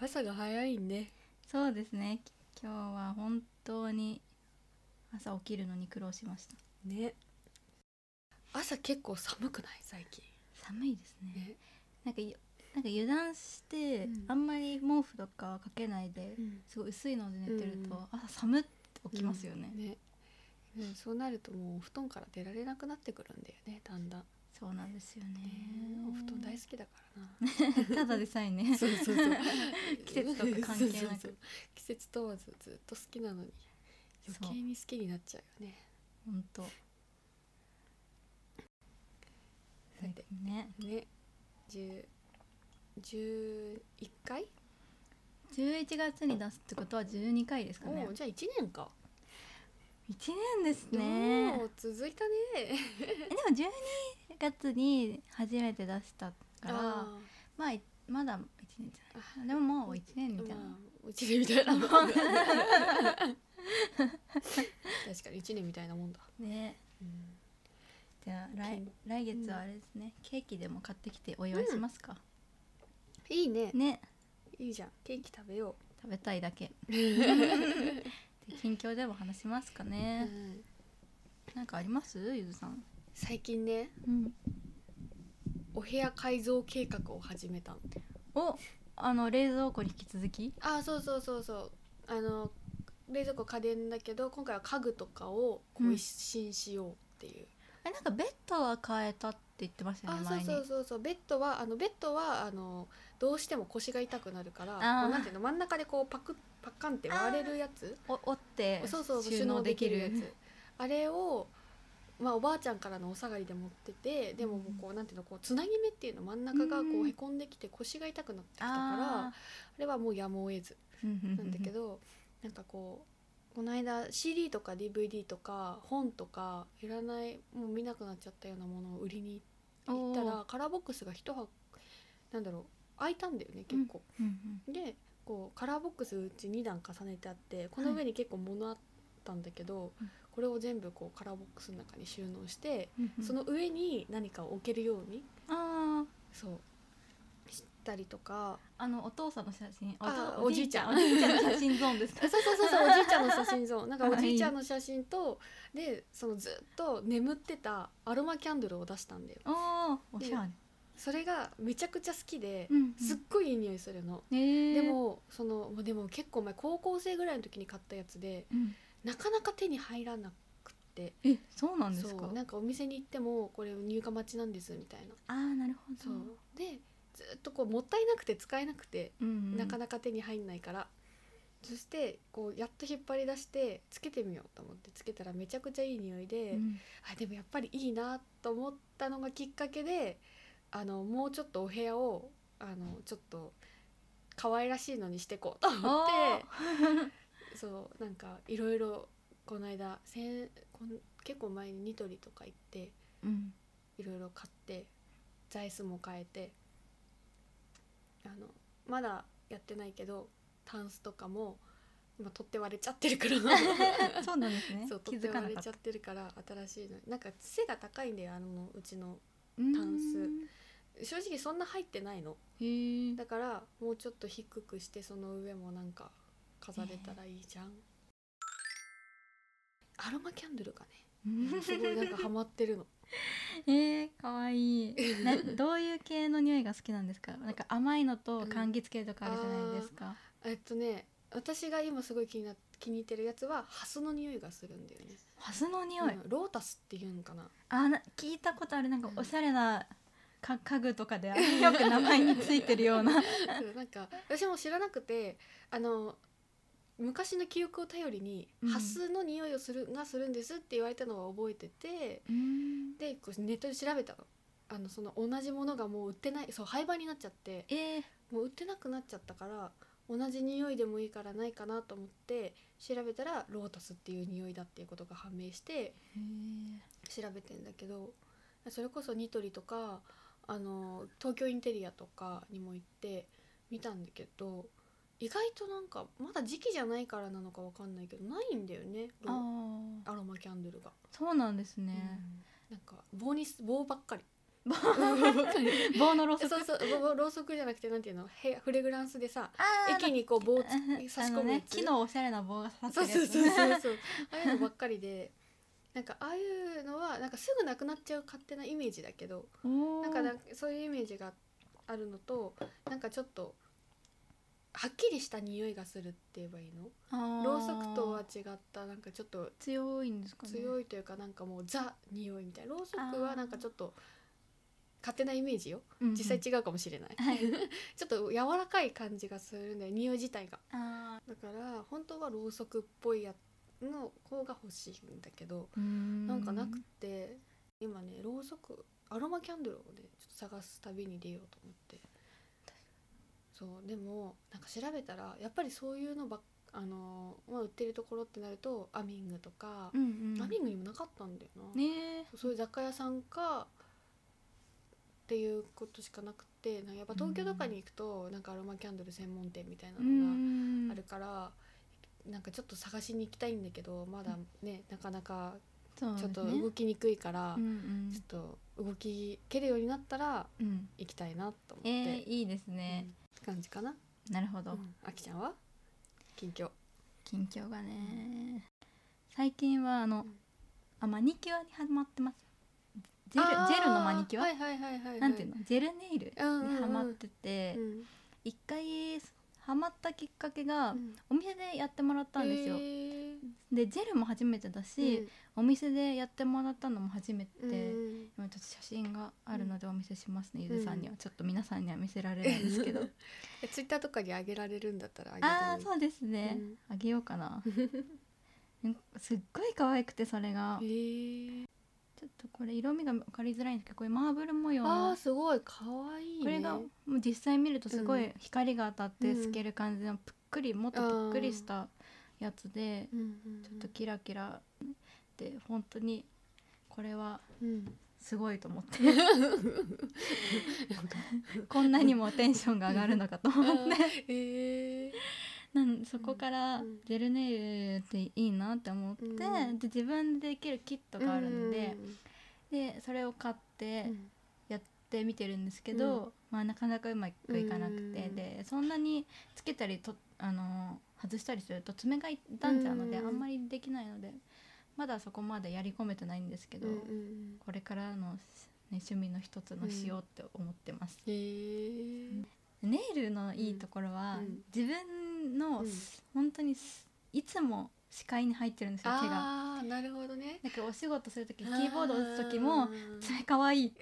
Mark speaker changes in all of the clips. Speaker 1: 朝が早いね
Speaker 2: そうですねき今日は本当に朝起きるのに苦労しました
Speaker 1: ね朝結構寒くない最近
Speaker 2: 寒いですね
Speaker 1: ね、
Speaker 2: なんかよなんか油断して、
Speaker 1: うん
Speaker 2: あんまり毛布とかはかけないで、
Speaker 1: うん
Speaker 2: すごい薄いので寝てると、
Speaker 1: うん
Speaker 2: 朝寒って起きますよね、
Speaker 1: ねでもそうなるともうお布団から出られなくなってくるんだよねだんだん、ね
Speaker 2: そうなんですよね
Speaker 1: お布団大好きだから な
Speaker 2: きただでさえ ね
Speaker 1: そうそうそう
Speaker 2: 季節とか関係なく
Speaker 1: そうそうそう季節問わずずっと好きなのに余計に好きになっちゃうよね
Speaker 2: 本当
Speaker 1: それで
Speaker 2: ね
Speaker 1: ね10 11回
Speaker 2: 11月に出すってことは12回ですかね
Speaker 1: おうじゃあ1年か
Speaker 2: 1年ですね
Speaker 1: おう続いたね
Speaker 2: えでも12月に初めて出したから
Speaker 1: あ
Speaker 2: まあいまだ1年じゃないでももう1年み
Speaker 1: ー
Speaker 2: たいな、
Speaker 1: まあうちでみたいなもんだ確かに1年みたいなもんだ、
Speaker 2: ね
Speaker 1: うん
Speaker 2: じゃあ来来月はあれですね、ケーキでも買ってきてお祝いしますか、
Speaker 1: いいね
Speaker 2: ね
Speaker 1: いいじゃんケーキ食べよ
Speaker 2: 食べたいだ けで近況でも話しますか
Speaker 1: う、
Speaker 2: ね
Speaker 1: う、ん
Speaker 2: なんかありますゆずさん、
Speaker 1: 最近ね
Speaker 2: うん、
Speaker 1: お部屋改造計画を始めたの
Speaker 2: おあの冷蔵庫に引き続き
Speaker 1: あそうそうそうそうあの冷蔵庫家電だけど今回は家具とかをこ
Speaker 2: う
Speaker 1: うん一新しようっていう、
Speaker 2: えなんかベッドは変えたって言ってました
Speaker 1: あ
Speaker 2: よね
Speaker 1: そう
Speaker 2: 前に
Speaker 1: そうそうそうベッドはあのベッドはあのどうしても腰が痛くなるから
Speaker 2: ー
Speaker 1: こうなんていうの真ん中でこうパクッパッカンって割れるやつ
Speaker 2: お折って
Speaker 1: そうそう
Speaker 2: 収納できる
Speaker 1: 収納つあれをまあおばあちゃんからのお下がりで持っててでももうこうなんていうのこうつなぎ目っていうの真ん中がこ
Speaker 2: うん
Speaker 1: うへこんできて腰が痛くなってきたから
Speaker 2: あ
Speaker 1: あれはもうやむを得ず
Speaker 2: ー
Speaker 1: なんだけどなんかこうこの間 CD とか DVD とか本とかいらないもう見なくなっちゃったようなものを売りに行ったらカラーボックスが一箱なんだろう開いたんだよね結構。
Speaker 2: うんうん
Speaker 1: でこうカラーボックスうち2段重ねてあってこの上に結構物あったんだけど、
Speaker 2: うん
Speaker 1: これを全部こうカラーボックスの中に収納して、
Speaker 2: うんうん
Speaker 1: その上に何かを置けるように
Speaker 2: あー
Speaker 1: そうしたりとか
Speaker 2: あのお父さんの写真お
Speaker 1: あー
Speaker 2: おじいちゃん
Speaker 1: お
Speaker 2: お
Speaker 1: じ
Speaker 2: じいちゃんの写真ゾーンですか
Speaker 1: そうそうそうそうおじいちゃんの写真像なんか
Speaker 2: あ
Speaker 1: おじいちゃんの写真とでそのずっと眠ってたアロマキャンドルを出したんだよ
Speaker 2: おおおしゃれ、
Speaker 1: それがめちゃくちゃ好きで、
Speaker 2: うんうん
Speaker 1: すっごいいい匂いするの、
Speaker 2: えー
Speaker 1: でもそのでも結構前高校生ぐらいの時に買ったやつで
Speaker 2: うん
Speaker 1: なかなか手に入らなくって
Speaker 2: えそうなんです
Speaker 1: そ
Speaker 2: か
Speaker 1: うなんかお店に行ってもこれ入荷待ちなんですみたいな、
Speaker 2: あーなるほど
Speaker 1: そうでずっとこうもったいなくて使えなくて、
Speaker 2: うんうん
Speaker 1: なかなか手に入んないからそしてこうやっと引っ張り出してつけてみようと思ってつけたらめちゃくちゃいい匂いで、
Speaker 2: うん
Speaker 1: あでもやっぱりいいなと思ったのがきっかけであのもうちょっとお部屋をあのちょっと可愛らしいのにしていこうと思ってそうなんかいろいろこの間せんこん結構前にニトリとか行って
Speaker 2: うん
Speaker 1: いろいろ買って座椅子も変えてあのまだやってないけどタンスとかも今取って割れちゃってる から
Speaker 2: そうなんですね
Speaker 1: そう
Speaker 2: 気
Speaker 1: 取って
Speaker 2: づか
Speaker 1: 割
Speaker 2: な
Speaker 1: れ
Speaker 2: かっ
Speaker 1: ち
Speaker 2: た
Speaker 1: ゃってるから新しいのなんか背が高いんだよあのうちの
Speaker 2: タ
Speaker 1: タンス正直そんな入ってないの
Speaker 2: へー
Speaker 1: だからもうちょっと低くしてその上もなんか飾れたらいいじゃん、アロマキャンドルがね すごいなんかハマってるの
Speaker 2: えー、かわい いなどういう系の匂いが好きなんですかなんか甘いのと柑橘系とかあるじゃないですか、
Speaker 1: えっとね私が今すごい気にな気に入ってるやつはハスの匂いがするんだよね
Speaker 2: ハスの匂い、
Speaker 1: うんロータスっていうのかな
Speaker 2: あな聞いたことあるなんかおしゃれなか家具とかであのよく名前についてるよう な
Speaker 1: うんなんか私も知らなくてあの昔の記憶を頼りに、
Speaker 2: うん
Speaker 1: ハスの匂いをするがするんですって言われたのは覚えてて
Speaker 2: うん
Speaker 1: でこうネットで調べたのあのその同じものがもう売ってないそう廃盤になっちゃって
Speaker 2: えー、
Speaker 1: もう売ってなくなっちゃったから同じ匂いでもいいからないかなと思って調べたらロータスっていう匂いだっていうことが判明して調べてんだけどそれこそニトリとかあの東京インテリアとかにも行って見たんだけど意外となんかまだ時期じゃないからなのかわかんないけどないんだよね
Speaker 2: あ
Speaker 1: ロ
Speaker 2: ー
Speaker 1: アロマキャンドルが、
Speaker 2: そうなんですね、
Speaker 1: うんなんか棒にす棒ばっかり
Speaker 2: 棒のろうそく
Speaker 1: そうそうぼぼろうそくじゃなくてなんていうのへフレグランスでさ
Speaker 2: あー
Speaker 1: 液にこう棒をつ
Speaker 2: うん
Speaker 1: 差し
Speaker 2: あ
Speaker 1: 込
Speaker 2: の
Speaker 1: むや
Speaker 2: ね
Speaker 1: つ
Speaker 2: 木のおしゃれな棒が刺さ
Speaker 1: そう
Speaker 2: ってる
Speaker 1: そう
Speaker 2: やつ
Speaker 1: そうそうそうああいうのばっかりでなんかああいうのはなんかすぐなくなっちゃう勝手なイメージだけど
Speaker 2: おー
Speaker 1: なんかなんかそういうイメージがあるのとなんかちょっとはっきりした匂いがするって言えばいいの
Speaker 2: あー
Speaker 1: ろうそくとは違ったなんかちょっと
Speaker 2: 強いんですかね
Speaker 1: 強いというかなんかもうザ匂いみたいなろうそく
Speaker 2: あ
Speaker 1: は
Speaker 2: ー
Speaker 1: なんかちょっと勝手なイメージよ
Speaker 2: うんうん
Speaker 1: 実際違うかもしれない、
Speaker 2: はい
Speaker 1: ちょっと柔らかい感じがするんだよ匂い自体が
Speaker 2: あ
Speaker 1: だから本当はろうそくっぽいやの方が欲しいんだけど
Speaker 2: ーうーん
Speaker 1: なんかなくて今ねろうそくアロマキャンドルをねちょっと探す旅に出ようと思ってそうでもなんか調べたらやっぱりそういうのばっあのーまあ、売ってるところってなるとアミングとか
Speaker 2: う、んうん
Speaker 1: アミングにもなかったんだよな、
Speaker 2: ね
Speaker 1: そうそういう雑貨屋さんかっていうことしかなくてなんかやっぱ東京とかに行くと、なんかアロマキャンドル専門店みたいな
Speaker 2: う
Speaker 1: のが
Speaker 2: ん
Speaker 1: あるから、なんかちょっと探しに行きたいんだけどまだね、なかなか
Speaker 2: そう
Speaker 1: ちょっと
Speaker 2: ですね
Speaker 1: 動きにくいから、
Speaker 2: うんうん
Speaker 1: ちょっと動きけるようになったら
Speaker 2: うん
Speaker 1: 行きたいなと思っ
Speaker 2: え
Speaker 1: て、
Speaker 2: ー、いいです
Speaker 1: う
Speaker 2: ね
Speaker 1: ん、って感じかな。
Speaker 2: なるほど、
Speaker 1: うんあきちゃんは近況
Speaker 2: 近況がね最近はあの、
Speaker 1: うん
Speaker 2: あマニキュアにハマってますジェル
Speaker 1: あー
Speaker 2: ジェルのマニキュア、
Speaker 1: はいはいはいはい、は
Speaker 2: なんていうのジェルネイルに
Speaker 1: うんうんうん
Speaker 2: ハマってて
Speaker 1: うん
Speaker 2: 一、回ハマったきっかけが、
Speaker 1: うん
Speaker 2: お店でやってもらったんですよ、
Speaker 1: へー
Speaker 2: でジェルも初めてだし、お店でやってもらったのも初めて、
Speaker 1: うんうん
Speaker 2: 今ちょっと写真があるのでお見せしますね、
Speaker 1: うん
Speaker 2: ゆずさんにはちょっと皆さんには見せられないんですけど
Speaker 1: えツイッターとかにあげられるんだった らあげてもいい
Speaker 2: ああそうですね、あげよう かなうんすっごい可愛くてそれが
Speaker 1: うんへえ
Speaker 2: ちょっとこれ色味が分かりづらいんですけどこれマーブル模様
Speaker 1: あ
Speaker 2: の
Speaker 1: ーすごい可愛いね
Speaker 2: これがもう実際見るとすご
Speaker 1: う
Speaker 2: い光が当たって
Speaker 1: うん
Speaker 2: 透ける感じのぷっくりもっとぷっくりしたやつで
Speaker 1: うんうん
Speaker 2: ちょっとキラキラで本当にこれは
Speaker 1: うん
Speaker 2: すごいと思って こんなにもテンションが上がるのかと思って
Speaker 1: へえ
Speaker 2: なんそこから
Speaker 1: うん
Speaker 2: ジェルネイルっていいなって思って、
Speaker 1: うん
Speaker 2: で自分でできるキットがあるので、でそれを買っ
Speaker 1: う
Speaker 2: て
Speaker 1: ん
Speaker 2: やってみてるんですけど、
Speaker 1: う
Speaker 2: まあ、なかなかうまくいかなくて、
Speaker 1: うん
Speaker 2: でそんなにつけたりとあの外したりすると爪が傷んじゃうので、
Speaker 1: うん
Speaker 2: あんまりできないのでまだそこまでやり込めてないんですけど、
Speaker 1: うんうん
Speaker 2: これからの、ね、趣味の一つのしようって思ってます。
Speaker 1: へえ
Speaker 2: ネイルのいいところは、
Speaker 1: うん
Speaker 2: 自分の、
Speaker 1: うん
Speaker 2: 本当にすいつも視界に入ってるんですよ手が。
Speaker 1: ああーなるほどね
Speaker 2: だからお仕事する時キーボード打つ時も
Speaker 1: あー
Speaker 2: 爪かわいい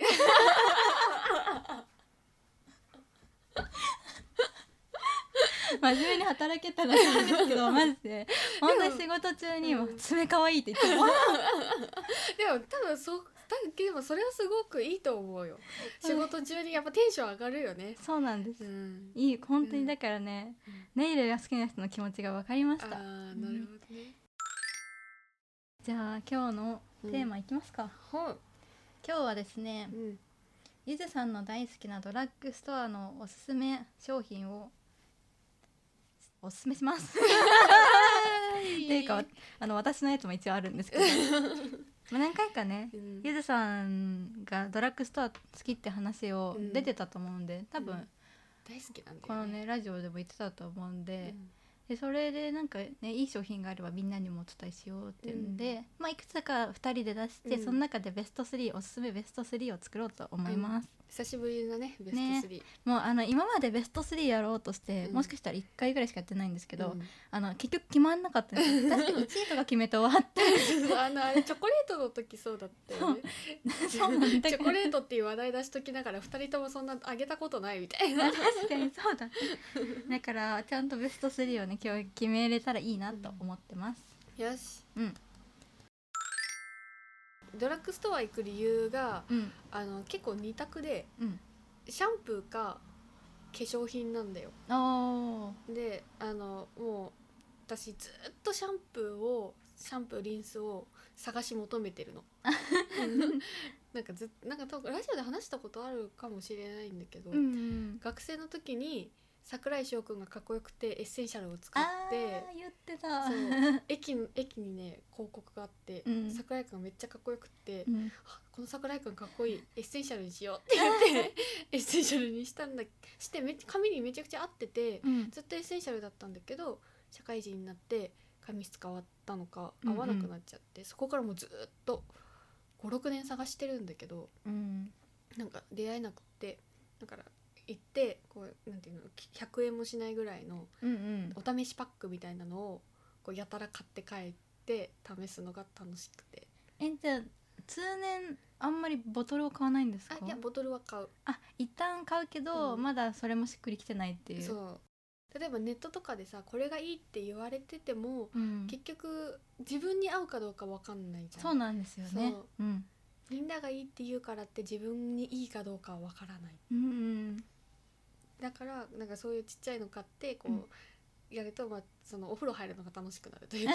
Speaker 2: 真面目に働けたらいいんですけどマジで本当に仕事中にも
Speaker 1: うん
Speaker 2: 爪かわいいって言っても
Speaker 1: でも多分そうだけでもそれはすごくいいと思うよ仕事中にやっぱテンション上がるよね
Speaker 2: そうなんです
Speaker 1: うん
Speaker 2: いい本当にだからね、ネイルが好きな人の気持ちが分かりま
Speaker 1: あ
Speaker 2: し
Speaker 1: あ
Speaker 2: た
Speaker 1: ーなるほどね
Speaker 2: じゃあ今日のテーマいきますか、
Speaker 1: ほ
Speaker 2: 今日はですね
Speaker 1: うん
Speaker 2: ゆずさんの大好きなドラッグストアのおすすめ商品をおすすめしますっていうかあの私のやつも一応あるん ですけどまあ何回かね
Speaker 1: うん
Speaker 2: ゆずさんがドラッグストア好きって話を
Speaker 1: うん
Speaker 2: 出てたと思うんで
Speaker 1: う
Speaker 2: 多分
Speaker 1: ん大好きなんだよ
Speaker 2: このねラジオでも言ってたと思うん
Speaker 1: う
Speaker 2: で,、
Speaker 1: ん
Speaker 2: でそれでなんかねいい商品があればみんなにもお伝えしようっていうんで、まあ、いくつか2人で出して、
Speaker 1: うん
Speaker 2: その中でベスト3おすすめベスト3を作ろうと思います。
Speaker 1: 久しぶりのねベスト
Speaker 2: ね
Speaker 1: 3
Speaker 2: もうあの今までベスト3やろうとして、
Speaker 1: うん
Speaker 2: もしかしたら1回ぐらいしかやってないんですけど、
Speaker 1: うん
Speaker 2: あの結局決まんなかったんですよ確かに1位とか決めて終わって
Speaker 1: あのあれチョコレートの時そうだったよね
Speaker 2: そうなんだ
Speaker 1: チョコレートっていう話題出しときながら二人ともそんなあげたことないみた いな
Speaker 2: あ確かにそう だだからちゃんとベスト3をね今日決めれたらいいなと思ってます、
Speaker 1: よし、
Speaker 2: うん
Speaker 1: ドラッグストア行く理由が
Speaker 2: うん
Speaker 1: あの結構二択で
Speaker 2: うん
Speaker 1: シャンプーか化粧品なんだよ
Speaker 2: おー
Speaker 1: であのもう私ずっとシャンプーをシャンプーリンスを探し求めて るの うんなんかずなんか多分ラジオで話したことあるかもしれないんだけど、
Speaker 2: うん
Speaker 1: 学生の時に桜井翔くんがかっこよくてエッセンシャルを使っ
Speaker 2: あ
Speaker 1: て
Speaker 2: ー言ってた
Speaker 1: そう駅の駅にね広告があって、
Speaker 2: うん
Speaker 1: 桜井くんがめっちゃかっこよくって、
Speaker 2: うん
Speaker 1: あここの桜井くんかっこいいエッセンシャルにしようって言って エッセンシャルにしたんだしてめっちゃ髪にめちゃくちゃ合ってて
Speaker 2: うん
Speaker 1: ずっとエッセンシャルだったんだけど社会人になって髪質変わったのか
Speaker 2: うんう
Speaker 1: 合
Speaker 2: ん
Speaker 1: わなくなっちゃって、そこからもうずっと56年探してるんだけど
Speaker 2: うん
Speaker 1: なんか出会えなくってだから行ってこうなんていうのき100円もしないぐらいの
Speaker 2: うんうん
Speaker 1: お試しパックみたいなのをこうやたら買って帰って試すのが楽しくて
Speaker 2: えじゃあ通年あんまりボトルを買わないんですか
Speaker 1: あいやボトルは買う
Speaker 2: あ一旦買うけど、
Speaker 1: うん
Speaker 2: まだそれもしっくりきてないっていう
Speaker 1: そう例えばネットとかでさこれがいいって言われてても、
Speaker 2: うん、
Speaker 1: 結局自分に合うかどうかわかんないじゃん
Speaker 2: そうなんですよね
Speaker 1: そう
Speaker 2: うん
Speaker 1: みんながいいって言うからって自分にいいかどうかはわからない
Speaker 2: うんうん
Speaker 1: だからなんかそういうちっちゃいの買ってこう、やると、まあ、そのお風呂入るのが楽しくなるというか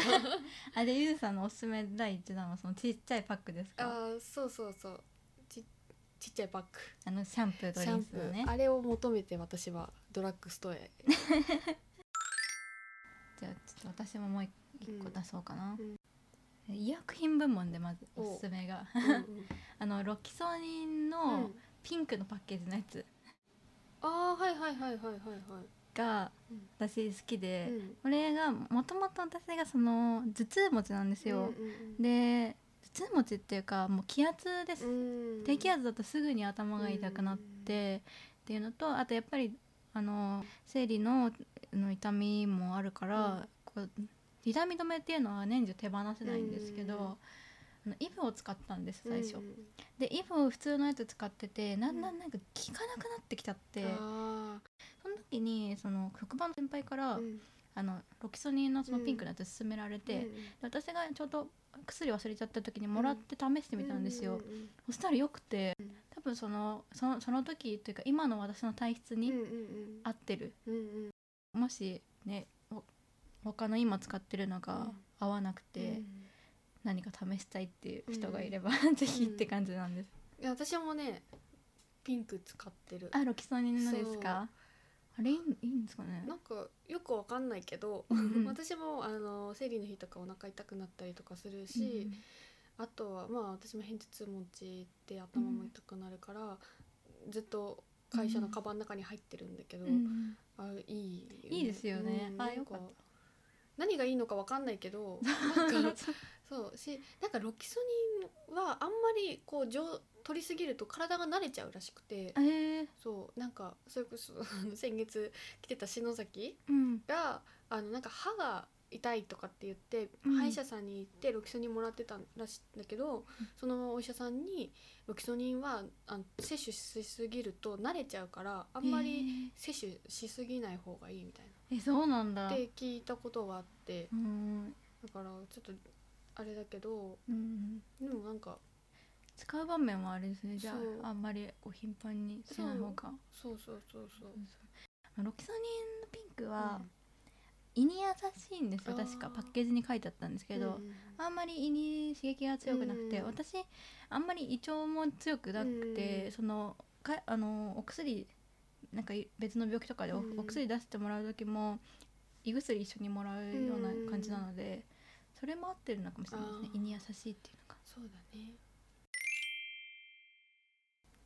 Speaker 2: あでゆうさんのおすすめ第一弾はそのちっちゃいパックですかあ
Speaker 1: あーそうそうそうちちっちゃいバッグ
Speaker 2: のシャンプーと
Speaker 1: シ
Speaker 2: リ
Speaker 1: ャン
Speaker 2: ンス
Speaker 1: プ
Speaker 2: の
Speaker 1: ー、
Speaker 2: ね
Speaker 1: あれを求めて私はドラッグストア へ、
Speaker 2: じゃあちょっと私ももう一個出そうかな、
Speaker 1: うん
Speaker 2: 医薬品部門でまず
Speaker 1: お
Speaker 2: おすすめが
Speaker 1: うんうん
Speaker 2: あのロキソニン
Speaker 1: うん
Speaker 2: のピンクのパッケージのやつ
Speaker 1: ああはいはいはいはいはい
Speaker 2: が
Speaker 1: うん
Speaker 2: 私好き
Speaker 1: は
Speaker 2: で
Speaker 1: い、うん
Speaker 2: これがもともと私がその頭痛持ちなんですよ、
Speaker 1: うんうん
Speaker 2: で頭痛持ちっていうかもう気圧です、
Speaker 1: うんうん
Speaker 2: 低気圧だとすぐに頭が痛くなって、っていうのとあとやっぱりあの生理のあの痛みもあるから、こう痛み止めっていうのは年中手放せないんですけど、
Speaker 1: うん
Speaker 2: あのイフを使ったんです最初、
Speaker 1: うん
Speaker 2: でイフを普通のやつ使っててだんだ
Speaker 1: うん
Speaker 2: んなんか効かなくなってきちゃって、
Speaker 1: あ
Speaker 2: その時にその黒板の先輩から、
Speaker 1: ーうん
Speaker 2: あのロキソニンのそのピンクのやつ勧められ
Speaker 1: う
Speaker 2: て、
Speaker 1: んう
Speaker 2: で
Speaker 1: ん
Speaker 2: 私がちょうど薬忘れちゃった時にもらって試してみたんですよ、そしたらよくて
Speaker 1: うん
Speaker 2: 多分そのそのその時というか今の私の体質
Speaker 1: うんうん
Speaker 2: に
Speaker 1: うんうん
Speaker 2: 合ってる、
Speaker 1: うんうん
Speaker 2: もしねお他の今使ってるの
Speaker 1: う
Speaker 2: が
Speaker 1: ん
Speaker 2: 合わなくて、
Speaker 1: うん
Speaker 2: 何か試したいっていう人がいれば、ぜひって感じなんです、
Speaker 1: いや私もねピンク使ってる
Speaker 2: あロキソニンのですかあれいいいいんですかね
Speaker 1: なんかよくわかんないけど
Speaker 2: うん
Speaker 1: 私もあの生理の日とかお腹痛くなったりとかする
Speaker 2: う
Speaker 1: し
Speaker 2: ん
Speaker 1: あとはまあ私も偏頭痛持ちで頭も痛くなるからずっと会社のカバンの中に入ってるんだけど
Speaker 2: うん
Speaker 1: あいいよね
Speaker 2: いいですよねあ
Speaker 1: なん
Speaker 2: よかった
Speaker 1: 何がいいのかわかんないけ どなんかそうしなんかロキソニンはあんまりこう上取りすぎると体が慣れちゃうらしくて
Speaker 2: えー
Speaker 1: そうなんかそれこそあの先月来てた篠崎
Speaker 2: うん
Speaker 1: があのなんか歯が痛いとかって言って、
Speaker 2: うん
Speaker 1: 歯医者さんに行ってロキソニンもらってたらしいんだけど、そのお医者さんにロキソニンはあの摂取しすぎると慣れちゃうからあんまり摂取しすぎない方がいいみたい
Speaker 2: えーえそうなんだ
Speaker 1: なって聞いたことがあって
Speaker 2: うん
Speaker 1: だからちょっとあれだけど
Speaker 2: うん
Speaker 1: でもなんか
Speaker 2: 使う場面はあれですねじゃ
Speaker 1: そう
Speaker 2: ああんまりこう頻繁にしない方が
Speaker 1: そうそうそうそう
Speaker 2: そうそうロキソニンのピンクは、胃に優しいんですよ
Speaker 1: あー
Speaker 2: 確かパッケージに書いてあったんですけど、
Speaker 1: うん
Speaker 2: あんまり胃に刺激が強くなくて、
Speaker 1: うん
Speaker 2: 私あんまり胃腸も強くなくて、
Speaker 1: うん
Speaker 2: そのかあのお薬なんかい別の病気とかでお,、
Speaker 1: うん
Speaker 2: お薬出してもらう時も胃薬一緒にもらうような感じなので、それも合ってるのかもしれないですね
Speaker 1: あー
Speaker 2: 胃に優しいっていうのか
Speaker 1: そうだね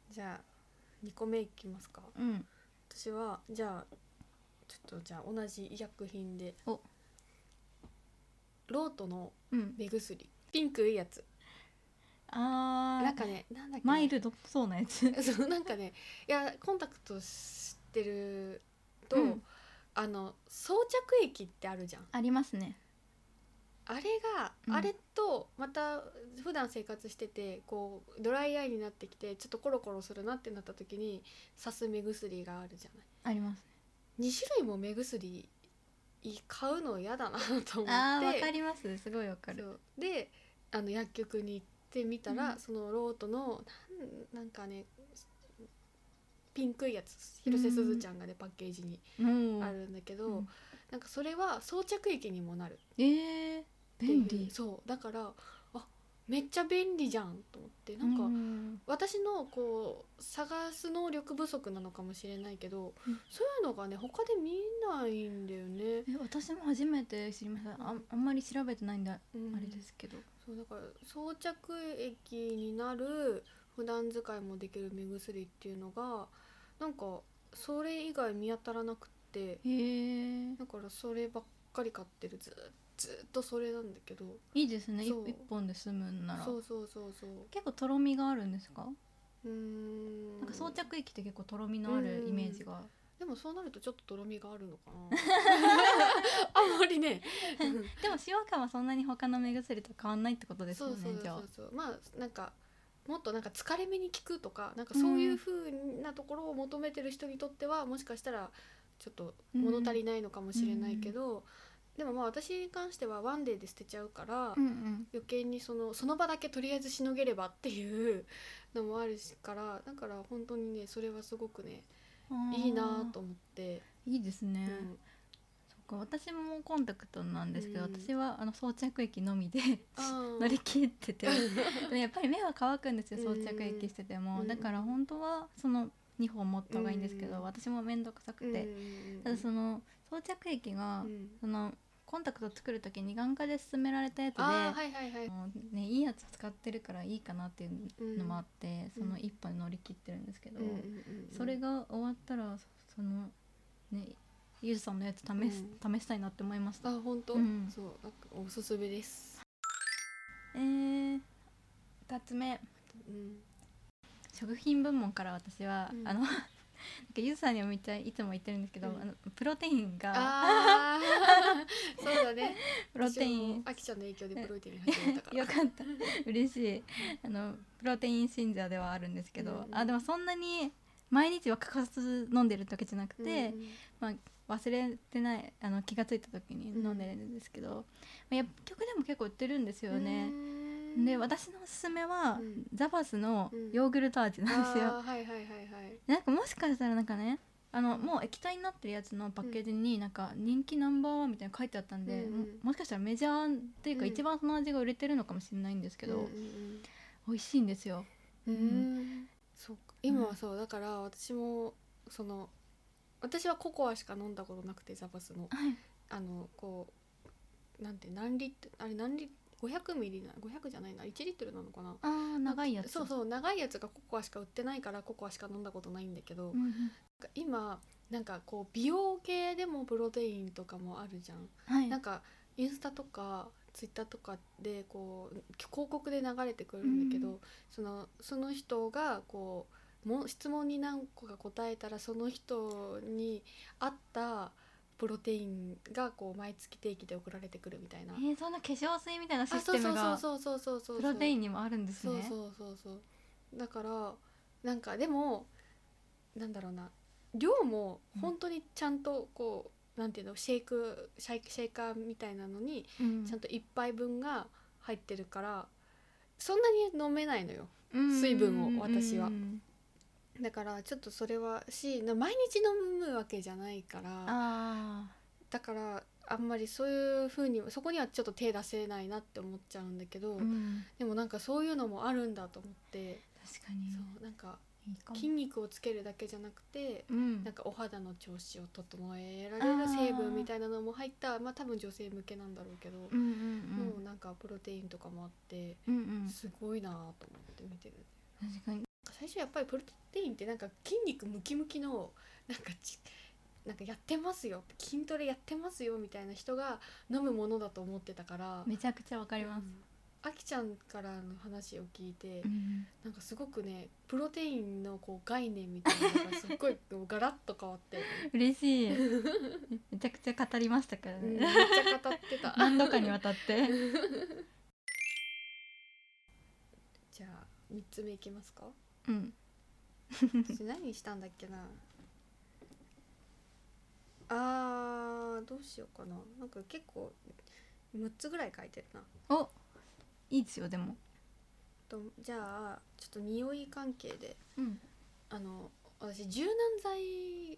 Speaker 1: じゃあ2個目いきますか
Speaker 2: うん
Speaker 1: 私はじゃあちょっとじゃあ同じ医薬品で
Speaker 2: お
Speaker 1: ロートの
Speaker 2: うん
Speaker 1: 目薬ピンクいいやつ
Speaker 2: あー
Speaker 1: なんかねなんだっけな
Speaker 2: マイルドそうなやつ
Speaker 1: そうなんかねいやコンタクトしてると、
Speaker 2: うん
Speaker 1: あの装着液ってあるじゃん
Speaker 2: ありますね
Speaker 1: あれが、
Speaker 2: うん
Speaker 1: あれとまた普段生活しててこうドライアイになってきてちょっとコロコロするなってなった時に刺す目薬があるじゃない
Speaker 2: あります
Speaker 1: 2種類も目薬買うの嫌だなと思って
Speaker 2: あーわかりますすごいわかる
Speaker 1: そうであの薬局に行ってみたら、
Speaker 2: うん
Speaker 1: そのロートのなんなんかねピンクいやつ広瀬すずちゃんがね、パッケージに
Speaker 2: もう
Speaker 1: あるんだけど、
Speaker 2: うん
Speaker 1: なんかそれは装着液にもなる
Speaker 2: えー、
Speaker 1: っていう
Speaker 2: 便利
Speaker 1: そうだからあめっちゃ便利じゃんと思ってな
Speaker 2: うん
Speaker 1: か、
Speaker 2: ん
Speaker 1: 私のこう探す能力不足なのかもしれないけど、
Speaker 2: うん
Speaker 1: そういうのがね他で見ないんだよね
Speaker 2: え私も初めて知りましたあんあんまり調べてないんであ
Speaker 1: うん
Speaker 2: れですけど、
Speaker 1: そうだから装着液になる普段使いもできる目薬っていうのがなんかそれ以外見当たらなくって
Speaker 2: へえ
Speaker 1: だからそればっかり買ってるずーずーっとそれなんだけど
Speaker 2: いいですねい
Speaker 1: そう
Speaker 2: 一本で済むんなら
Speaker 1: そうそうそうそう
Speaker 2: 結構とろみがあるんですか、
Speaker 1: うーん
Speaker 2: なんか装着液って結構とろみのあるイメージが、
Speaker 1: でもそうなるとちょっととろみがあるのかな あんまり ね
Speaker 2: でも使用感はそんなに他の目薬と変わんないってことです
Speaker 1: そ
Speaker 2: よ
Speaker 1: う
Speaker 2: ね
Speaker 1: そう
Speaker 2: じゃ
Speaker 1: そ
Speaker 2: あ
Speaker 1: うそうまあなんかもっとなんか疲れ目に効くとかなんかそういうふうなところを求めてる人にとってはもしかしたらちょっと物足りないのかもしれないけど、でもまあ私に関してはワンデーで捨てちゃうから、
Speaker 2: うんうん
Speaker 1: 余計にそのその場だけとりあえずしのげればっていう のもあるしからだから本当にねそれはすごくね
Speaker 2: あー
Speaker 1: いいなと思って、
Speaker 2: いいです
Speaker 1: う
Speaker 2: ね、
Speaker 1: ん、
Speaker 2: そっか私もコンタクトなんですけど、
Speaker 1: うん
Speaker 2: 私はあの装着液のみで
Speaker 1: あー
Speaker 2: 乗り切っててでもやっぱり目は乾くんですよ装着液してても、
Speaker 1: うん
Speaker 2: だから本当はその2本持った方がいいんですけど、
Speaker 1: うん
Speaker 2: 私も面倒くさくて、
Speaker 1: うん
Speaker 2: ただその装着液が、
Speaker 1: うん
Speaker 2: そのコンタクト作る時に眼科で勧められたやつで、
Speaker 1: あーはいはいはい
Speaker 2: あのね、いいやつ使ってるからいいかなっていうのもあって、
Speaker 1: うん
Speaker 2: その一本乗り切ってるんですけど、
Speaker 1: うんうんうんうん
Speaker 2: それが終わったらそそのねゆずさんのやつ試す、試したいなって思いました。
Speaker 1: あ本当、
Speaker 2: うん
Speaker 1: そうなんかおすすめです、
Speaker 2: えー、2つ目
Speaker 1: うん、
Speaker 2: 食品部門から私は、
Speaker 1: うん
Speaker 2: あの なんかゆずさんにもめっちゃいつも言ってるんですけど、
Speaker 1: うん
Speaker 2: あのプロテインが
Speaker 1: あ ーそうだね
Speaker 2: プロテイン
Speaker 1: 私もあきちゃんの影響でプロテイン始めたから
Speaker 2: よかった嬉しいあのプロテイン信者ではあるんですけど、
Speaker 1: うん
Speaker 2: あでもそんなに毎日は欠かさず飲んでるってわけじゃなくて、
Speaker 1: うんうん
Speaker 2: 忘れてないあの気がついた時に飲んでるんですけど、まあ薬局でも結構売ってるんですよね
Speaker 1: う、ーん
Speaker 2: で私のおすすめは、
Speaker 1: うん
Speaker 2: ザバスのヨーグルト味なんです
Speaker 1: あ
Speaker 2: よ、
Speaker 1: ーはいはいはいはい
Speaker 2: なんかもしかしたらなんかねあのもう液体になってるやつのパッケージになんか人気ナンバーワンみたいなの書いてあったんで、
Speaker 1: うんうん
Speaker 2: ももしかしたらメジャーっていうか
Speaker 1: うん
Speaker 2: 一番その味が売れてるのかもしれないんですけど、
Speaker 1: うんうん
Speaker 2: 美味しいんですよ
Speaker 1: うん
Speaker 2: う
Speaker 1: そうか今はそうだから私もその私はココアしか飲んだことなくてザバスの
Speaker 2: はい
Speaker 1: あのこうなんて何リットルあれ何リットル500ミリな500じゃないな1リットルなのかな
Speaker 2: あー長いやつ
Speaker 1: そうそう長いやつがココアしか売ってないからココアしか飲んだことないんだけど、
Speaker 2: うんうん
Speaker 1: 今なんかこう美容系でもプロテインとかもあるじゃん、
Speaker 2: はい
Speaker 1: なんかインスタとかツイッターとかでこう広告で流れてくるんだけど、
Speaker 2: うん
Speaker 1: そのその人がこうも質問に何個か答えたらその人に合ったプロテインがこう毎月定期で送られてくるみたいな
Speaker 2: え。ー、そんな化粧水みたいなシ
Speaker 1: あ
Speaker 2: ス
Speaker 1: そう
Speaker 2: テ
Speaker 1: そ
Speaker 2: ム
Speaker 1: う
Speaker 2: が
Speaker 1: そうそうそうそうそう
Speaker 2: プロテインにもあるんです
Speaker 1: そう
Speaker 2: ね
Speaker 1: そうそうそうだからなんかでもなんだろうな量も本当にちゃんとこう、なんていうのシェイクシェイシェイカーみたいなのに
Speaker 2: うん
Speaker 1: ちゃんと1杯分が入ってるからそんなに飲めないのよ水
Speaker 2: 水
Speaker 1: 分を私は
Speaker 2: うん
Speaker 1: だからちょっとそれはしな毎日飲むわけじゃないから
Speaker 2: あ
Speaker 1: だからあんまりそういうふうにそこにはちょっと手出せないなって思っちゃうんだけど、
Speaker 2: あ、うん、
Speaker 1: でもなんかそういうのもあるんだと思って、
Speaker 2: 確かに
Speaker 1: そうなんか
Speaker 2: いいかも
Speaker 1: 筋肉をつけるだけじゃなくて
Speaker 2: うん
Speaker 1: なんかお肌の調子を整えられる成分みたいなのも入ったまあ多分女性向けなんだろうけど、
Speaker 2: うんうん
Speaker 1: もうなんかプロテインとかもあって
Speaker 2: うんうんうん
Speaker 1: すごいなぁと思って見てる
Speaker 2: 確かに
Speaker 1: 最初やっぱりプロテインってなんか筋肉ムキムキのなんかちなんかやってますよ筋トレやってますよみたいな人が飲むものだと思ってたから
Speaker 2: めちゃくちゃわかります、
Speaker 1: うんあきちゃんからの話を聞いて、
Speaker 2: うん
Speaker 1: なんかすごくねプロテインのこう概念みたいなのがすっごいこうガラッと変わって、
Speaker 2: 嬉しいめちゃくちゃ語りましたから
Speaker 1: うん
Speaker 2: ね、
Speaker 1: めっちゃ語ってた
Speaker 2: 何度かにわたって
Speaker 1: じゃあ3つ目いきますか
Speaker 2: うん
Speaker 1: 私何したんだっけなあーどうしようかななんか結構6つぐらい書いてるな
Speaker 2: おいいですよでも
Speaker 1: とじゃあちょっと匂い関係で
Speaker 2: うん
Speaker 1: あの私柔軟剤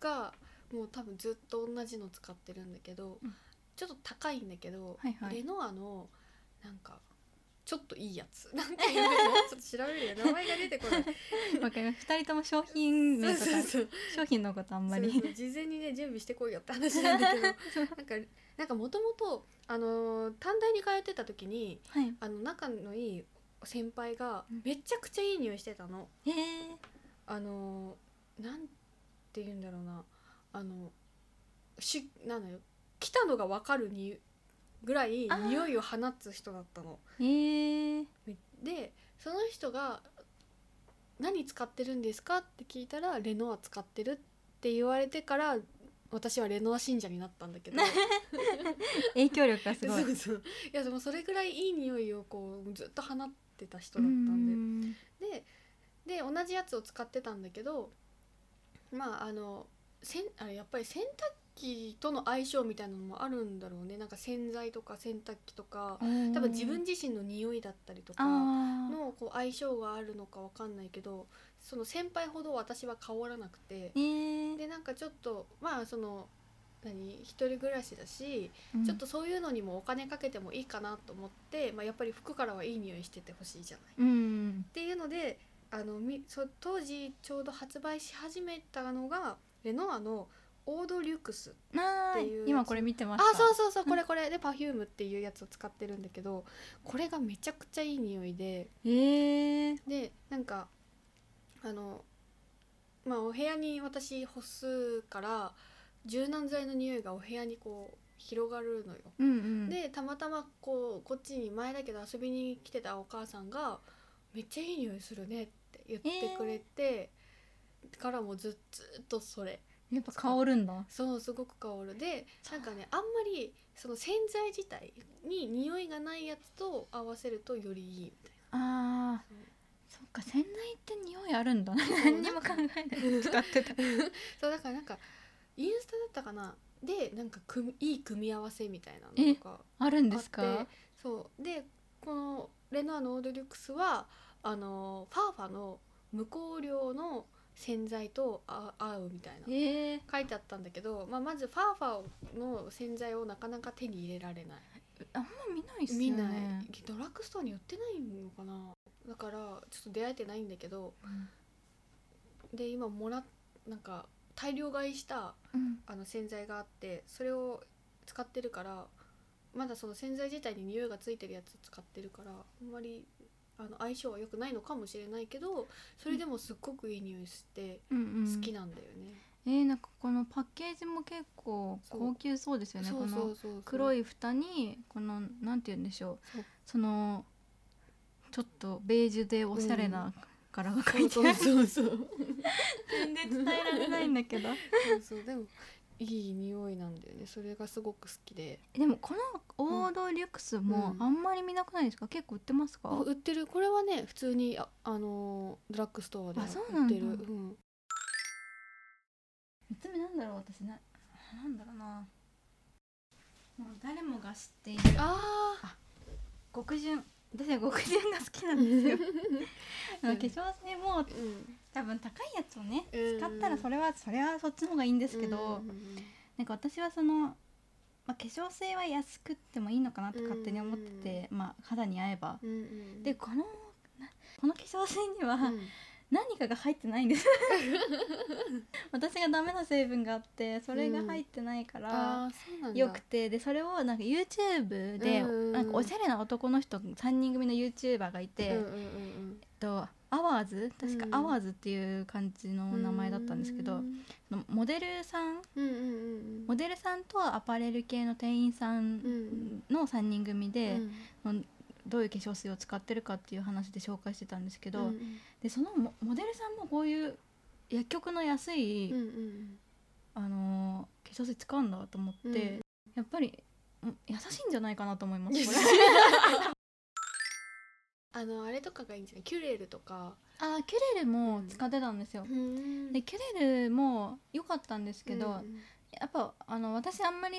Speaker 1: がもう多分ずっと同じの使ってるんだけど、
Speaker 2: うん
Speaker 1: ちょっと高いんだけど、
Speaker 2: はいはい
Speaker 1: レノアのなんかちょっといいやつ なんていうのちょっと調べるよ名前が出てこ ない
Speaker 2: わかります。二人とも商品名と
Speaker 1: そうそう
Speaker 2: か
Speaker 1: そう
Speaker 2: 商品のことあんまり
Speaker 1: そうそう事前にね準備してこいよって話なん だけどなんかなんかもともとあのー短大に通ってた時に
Speaker 2: はい。
Speaker 1: あの仲のいい先輩が
Speaker 2: うん
Speaker 1: めちゃくちゃいい匂いしてたの。
Speaker 2: ええ
Speaker 1: あのーなんて言うんだろうなあのしなんだよ来たのが分かるにぐらい
Speaker 2: あー
Speaker 1: 匂いを放つ人だったの。
Speaker 2: ええ
Speaker 1: でその人が「何使ってるんですか?」って聞いたら「レノア使ってる」って言われてから私はレノア信者になったんだけど
Speaker 2: 影響力が すごい。
Speaker 1: そうそういやでもそれぐらいいい匂いをこうずっと放ってた人だったん
Speaker 2: ん
Speaker 1: ででで同じやつを使ってたんだけどまああのせんあれやっぱり洗濯機との相性みたいなのもあるんだろうねなんか洗剤とか洗濯機とか
Speaker 2: で。
Speaker 1: 多分自分自身の匂いだったりとか。
Speaker 2: ああ。
Speaker 1: のこう相性があるのかわかんないけどその先輩ほど私は変わらなくて
Speaker 2: ええ
Speaker 1: でなんかちょっとまあその何一人暮らしだし、ちょっと。そういうのにもお金かけてもいいかなと思って、まあ、やっぱり服からはいい匂いしててほしいじゃない。っ
Speaker 2: うん。
Speaker 1: ていうのであのみそ当時ちょうど発売し始めたのがレノアのオードリュクス
Speaker 2: な
Speaker 1: っていうや
Speaker 2: ー
Speaker 1: つ
Speaker 2: い。今これ見てま
Speaker 1: あ
Speaker 2: した。
Speaker 1: そうそうそうこれこれで Perfume っていうやつを使ってるんだけどこれがめちゃくちゃいい匂いで。
Speaker 2: ええ
Speaker 1: でなんかあのまあお部屋に私干すから柔軟剤の匂いがお部屋にこう広がるのよ。
Speaker 2: うんうん。
Speaker 1: でたまたまこうこっちに前だけど遊びに来てたお母さんが「めっちゃいい匂いするね」って言ってくれて、からもうずずっとそれ
Speaker 2: やっぱ香るんだ。
Speaker 1: そうすごく香るでなんかねあんまりその洗剤自体に匂いがないやつと合わせるとよりいいみたいな。
Speaker 2: ああ。そっか洗剤って匂いあるんだ。
Speaker 1: う
Speaker 2: 何 にも考えない。使ってた。
Speaker 1: そうだからなんかインスタだったかなでなんか組いい組み合わせみたいなのとか
Speaker 2: あるん
Speaker 1: あ
Speaker 2: で
Speaker 1: っ
Speaker 2: す
Speaker 1: て
Speaker 2: か。
Speaker 1: そうでこのレノアのオードリュックスはあのファーファの無香料の洗剤とあ合うみたいな
Speaker 2: ええ
Speaker 1: 書いてあったんだけど、まあ、まずファーファの洗剤をなかなか手に入れられない
Speaker 2: あんま見ないっすよね。
Speaker 1: 見ないドラッグストアに売ってないのかなだからちょっと出会えてないんだけどで今もらっなんか大量買いした
Speaker 2: うん。
Speaker 1: あの洗剤があってそれを使ってるからまだその洗剤自体に匂いがついてるやつ使ってるからあんまりあの相性は良くないのかもしれないけどそれでもすっごくいい匂いして
Speaker 2: うんうん。
Speaker 1: 好きなんだよね。
Speaker 2: えー、なんかこのパッケージも結構
Speaker 1: そう
Speaker 2: 高級そうですよね
Speaker 1: そう
Speaker 2: こ
Speaker 1: そ
Speaker 2: の
Speaker 1: うそう
Speaker 2: 黒
Speaker 1: い
Speaker 2: い蓋にこのなんて言うんでしょう
Speaker 1: そう
Speaker 2: そのちょっとベージュでおしゃれな柄が書いてあ
Speaker 1: そう
Speaker 2: る、
Speaker 1: そうそうそう
Speaker 2: 全然伝えられないんだけど
Speaker 1: そうそうでもいい匂いなんだよねそれがすごく好きで
Speaker 2: でもこのオードリュクスも
Speaker 1: うん
Speaker 2: あんまり見なくないですか結構売ってますか、
Speaker 1: 売ってるこれはね普通にあ、あのードラッグストアで売
Speaker 2: あそうなん
Speaker 1: っ
Speaker 2: だ
Speaker 1: てるうん
Speaker 2: 三つ目なんだろう私ななんだろうなもう誰もが知っている
Speaker 1: ああ
Speaker 2: 極潤私は極潤が好きなんですよあの
Speaker 1: うん
Speaker 2: 化粧水も
Speaker 1: うん
Speaker 2: 多分高いやつをね
Speaker 1: うん
Speaker 2: 使ったらそれはそれはそっちの方がいいんですけど、
Speaker 1: うんうんうん
Speaker 2: なんか私はその、まあ、化粧水は安くってもいいのかなと勝手に思ってて、まあ、肌に合えば、
Speaker 1: うんうん、
Speaker 2: でこのなこの化粧水には
Speaker 1: うん
Speaker 2: 何かが入ってないんです 私がダメな成分があってそれが入ってないから、
Speaker 1: あーそうなんだ
Speaker 2: よくてでそれをなんか YouTube で、
Speaker 1: うん
Speaker 2: なんかおしゃれな男の人3人組の YouTuber がいて、
Speaker 1: うん
Speaker 2: え
Speaker 1: うん
Speaker 2: っ
Speaker 1: うん
Speaker 2: とアワーズ確か
Speaker 1: うん
Speaker 2: アワーズっていう感じの
Speaker 1: うん、
Speaker 2: 名前だったんですけ
Speaker 1: う
Speaker 2: ど、
Speaker 1: ん
Speaker 2: そのモデルさん
Speaker 1: うんうん
Speaker 2: モデルさんとアパレル系の店員さん
Speaker 1: うん
Speaker 2: の3人組
Speaker 1: うん
Speaker 2: で
Speaker 1: う、ん
Speaker 2: まあどういう化粧水を使ってるかっていう話で紹介してたんですけど、
Speaker 1: うん
Speaker 2: でそのモモデルさんもこういう薬局の安い、
Speaker 1: うんうん
Speaker 2: あのー化粧水使うんだと思っ
Speaker 1: う
Speaker 2: て、
Speaker 1: ん
Speaker 2: やっぱりうん優しいんじゃないかなと思いますこれ
Speaker 1: あのあれとかがいいんじゃないキュレルとか
Speaker 2: あーキュレルも使ってたんですよ、で
Speaker 1: で
Speaker 2: キュレルも良かったんですけど、やっぱあの私あんまり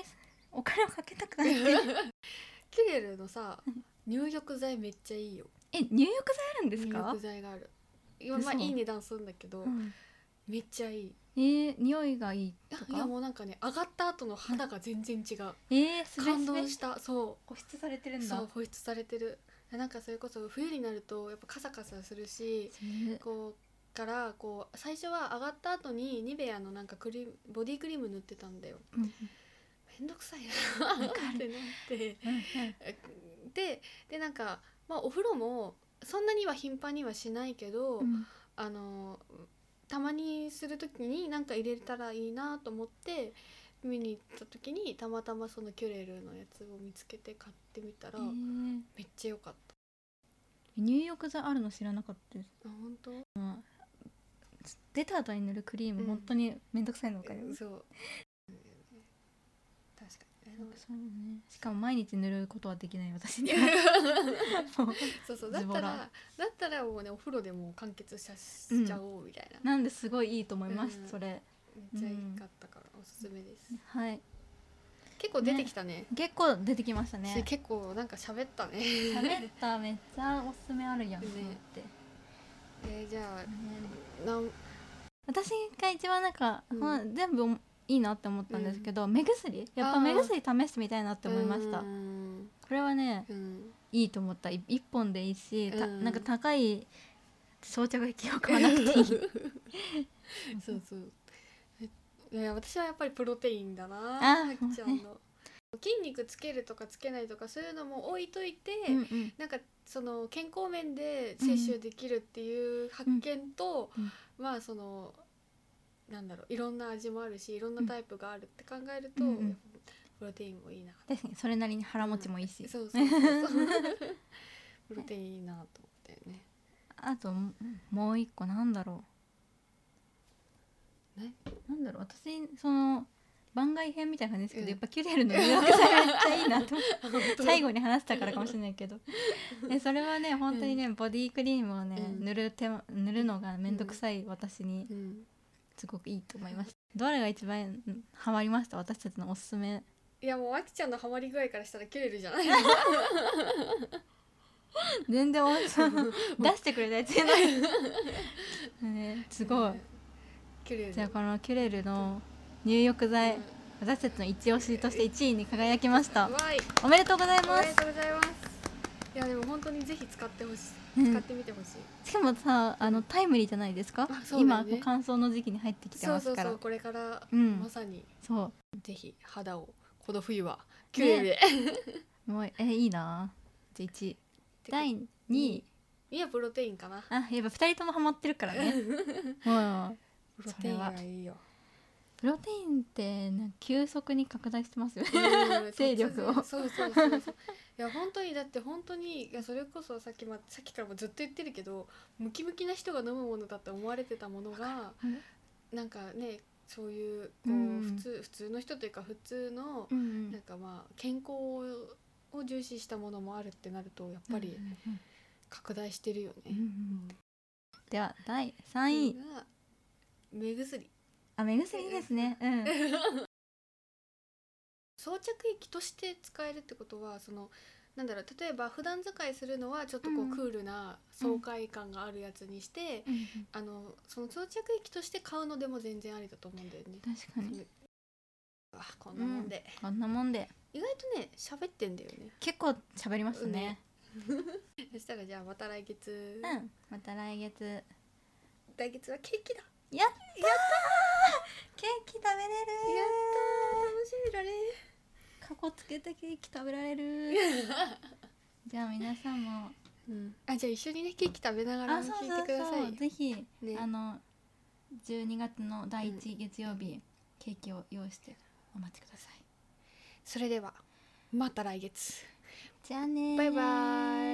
Speaker 2: お金をかけ たくな
Speaker 1: キ
Speaker 2: い
Speaker 1: ュレルのさ入浴剤めっちゃいいよ
Speaker 2: え入浴剤あるんです
Speaker 1: 入
Speaker 2: か
Speaker 1: 浴、剤がある今まあ
Speaker 2: 嘘
Speaker 1: いい値段するんだけど
Speaker 2: うん
Speaker 1: めっちゃいい
Speaker 2: えー、匂いがいいと
Speaker 1: いや
Speaker 2: か
Speaker 1: もうなんかね上がった後の肌が全然違う
Speaker 2: えー、すべ
Speaker 1: 感
Speaker 2: す
Speaker 1: 動
Speaker 2: べ
Speaker 1: したそ
Speaker 2: 保湿されてる
Speaker 1: うん
Speaker 2: だ
Speaker 1: そう保湿されてるなんかそれこそ冬になるとやっぱカサカサするしこうからこう最初は上がった後にニベアのなんかクリームボディクリーム塗ってたんだよ
Speaker 2: うんうん
Speaker 1: めんどくさいなっ
Speaker 2: わかる
Speaker 1: てなって
Speaker 2: うん
Speaker 1: ででなんか、まあ、お風呂もそんなには頻繁にはしないけど、
Speaker 2: うんうん
Speaker 1: あのたまにする時に何か入れたらいいなと思って見に行った時にたまたまそのキュレルのやつを見つけて買ってみたら、
Speaker 2: へえ
Speaker 1: めっちゃ良かった。
Speaker 2: 入浴剤あるの知らなかったです
Speaker 1: あ本当
Speaker 2: うん出た後に塗るクリーム、
Speaker 1: うん
Speaker 2: 本当にめんどくさいの分かります、
Speaker 1: そううん確かに
Speaker 2: そうそうね、しかも毎日塗ることはできない私 には
Speaker 1: あの
Speaker 2: もう
Speaker 1: そうそうだっ
Speaker 2: ズ
Speaker 1: た
Speaker 2: ボ
Speaker 1: ら
Speaker 2: ラ
Speaker 1: だったらもうねお風呂でもう完結しちゃしちゃおうみたいな、
Speaker 2: なんですごいいいと思います、
Speaker 1: うん
Speaker 2: それ
Speaker 1: めっちゃいいかったからおすすめです、
Speaker 2: はい
Speaker 1: 結構出てきたね
Speaker 2: 結構出てきました
Speaker 1: し
Speaker 2: ね
Speaker 1: 結構なんか喋ったね
Speaker 2: 喋っためっちゃおすすめあるやんと
Speaker 1: ね
Speaker 2: 思って、
Speaker 1: えーじゃ
Speaker 2: ね
Speaker 1: あなん
Speaker 2: 私が一番なんか、
Speaker 1: うん
Speaker 2: ほん全部いいなって思ったんですけど、目薬やっ
Speaker 1: あ
Speaker 2: ぱ
Speaker 1: ー
Speaker 2: 目薬試してみたいなって思いました
Speaker 1: うーん
Speaker 2: これはね
Speaker 1: うん
Speaker 2: いいと思ったい一本でいいし、た
Speaker 1: うん
Speaker 2: なんか高い装着費を買わなくていい
Speaker 1: そうそうえいや私はやっぱりプロテインだな
Speaker 2: あ
Speaker 1: はっちゃん
Speaker 2: もうね
Speaker 1: の筋肉つけるとかつけないとかそういうのも置いといて、
Speaker 2: うんうん
Speaker 1: なんかその健康面で摂取できるっていう発見と、
Speaker 2: うん
Speaker 1: まあそのなんだろういろんな味もあるしいろんなタイプがあるって考えると、
Speaker 2: うんうん
Speaker 1: やっぱプロテインもいいな
Speaker 2: 確かにそれなりに腹持ちもいいし、
Speaker 1: そうそうそう そうプロテインいいなと思ってね
Speaker 2: あとももう一個なんだろう
Speaker 1: ね
Speaker 2: なんだろう私その番外編みたいな感じですけど、
Speaker 1: うん
Speaker 2: やっぱキュレルの入浴剤めっちゃいい なと思って最
Speaker 1: 後
Speaker 2: 後に話したからかもしれな いけどでそれはね本当にね、ボディクリームをね、
Speaker 1: うん
Speaker 2: 塗る手間塗るのがめんどくさい私に
Speaker 1: うん
Speaker 2: すごくいいと思いました、どれが一番うんハマりました私たちのおすすめ
Speaker 1: いやもうあきちゃんのハマり具合からしたらキュレルじゃない
Speaker 2: 全然お 出してくれたやつじゃない ね すごい
Speaker 1: キュレル
Speaker 2: じゃあこのキュレルの入浴剤、
Speaker 1: うん
Speaker 2: 私たちの一押しとして1位に輝きました
Speaker 1: わい
Speaker 2: おめでとうござい
Speaker 1: お
Speaker 2: ま
Speaker 1: めですとうございますいやでも本当にぜひ使ってほしい、
Speaker 2: うん
Speaker 1: 使ってみてほしい
Speaker 2: しかもさあのタイムリーじゃないですか、
Speaker 1: あそうだ
Speaker 2: 今
Speaker 1: よね
Speaker 2: 乾燥の時期に入ってきて
Speaker 1: そう
Speaker 2: ま
Speaker 1: そ
Speaker 2: す
Speaker 1: う
Speaker 2: か
Speaker 1: そ
Speaker 2: らそう
Speaker 1: うこれから、
Speaker 2: うん
Speaker 1: まさにぜひ肌をこの冬はキュレル で、
Speaker 2: もうえいいなじゃあ1位第2位
Speaker 1: いやプロテインかな
Speaker 2: あやっぱ2人ともハマってるから ねもう
Speaker 1: プロテインはいいよ
Speaker 2: プロテインってなんか急速に拡大してますよ ね
Speaker 1: うん
Speaker 2: 勢力を
Speaker 1: そうそうそうそういや本当にだって本当にいやそれこそさっきまさっきからもずっと言ってるけどムキムキな人が飲むものだって思われてたものが
Speaker 2: かる
Speaker 1: なんかねそういうこう、
Speaker 2: うん
Speaker 1: 普通普通の人というか普通の
Speaker 2: うん
Speaker 1: なんかまあ健康を重視したものもあるってなるとやっぱり拡大してるよ
Speaker 2: うんうんう
Speaker 1: ね。
Speaker 2: んでは第3位、
Speaker 1: が目薬
Speaker 2: あ目薬です ねうん
Speaker 1: 装着液として使えるってことはそのなんだろう例えば普段使いするのはちょっとこ
Speaker 2: う
Speaker 1: うんクールな爽快感があるやつにして、あのその装着液として買うのでも全然ありだと思うんだよね。
Speaker 2: 確かに
Speaker 1: あこんなもんで、
Speaker 2: こんなもんで
Speaker 1: 意外とね喋ってんだよね。
Speaker 2: 結構喋りましたね
Speaker 1: そしたらじゃあまた来月、
Speaker 2: うんまた来月やっ
Speaker 1: 来月はケーキだ。
Speaker 2: たーやケーキ食べれる
Speaker 1: やったー楽しみだね。
Speaker 2: 過去つけたケーキ食べられ るじゃあ皆さんも
Speaker 1: うん、あじゃあ一緒にねケーキ食べながら
Speaker 2: あそう
Speaker 1: 聞い
Speaker 2: そ
Speaker 1: て
Speaker 2: う
Speaker 1: ください
Speaker 2: そうぜひ、
Speaker 1: ね
Speaker 2: あの12月の第1月曜日、ケーキを用意してお待ちください
Speaker 1: それではまた来月
Speaker 2: じゃあねー
Speaker 1: バイバーイ